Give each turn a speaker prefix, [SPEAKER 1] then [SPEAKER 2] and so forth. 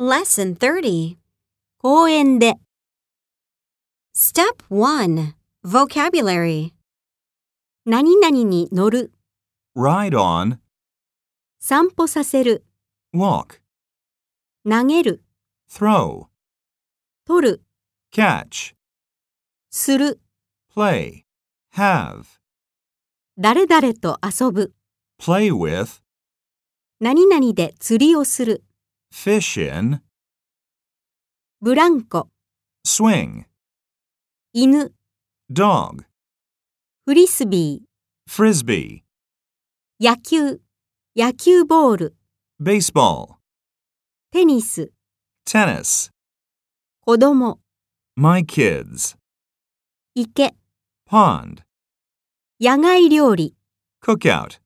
[SPEAKER 1] Lesson 30.
[SPEAKER 2] 公園で
[SPEAKER 1] Step 1. Vocabulary.
[SPEAKER 2] 何々に乗る、
[SPEAKER 3] Ride on,
[SPEAKER 2] 散歩させる、
[SPEAKER 3] walk,
[SPEAKER 2] 投げる、
[SPEAKER 3] throw,
[SPEAKER 2] 取る、
[SPEAKER 3] catch,
[SPEAKER 2] する、
[SPEAKER 3] play, have,
[SPEAKER 2] 誰々と遊ぶ、
[SPEAKER 3] play with,
[SPEAKER 2] 何々で釣りをする、
[SPEAKER 3] fish in,
[SPEAKER 2] ブランコ、
[SPEAKER 3] swing,
[SPEAKER 2] 犬、
[SPEAKER 3] dog,
[SPEAKER 2] フリスビ
[SPEAKER 3] frisbee,
[SPEAKER 2] ー、野球、野球ボール、
[SPEAKER 3] baseball,
[SPEAKER 2] テニス、
[SPEAKER 3] tennis,
[SPEAKER 2] 子供、
[SPEAKER 3] my kids,
[SPEAKER 2] 池、
[SPEAKER 3] pond,
[SPEAKER 2] 野外料理。
[SPEAKER 3] cookout.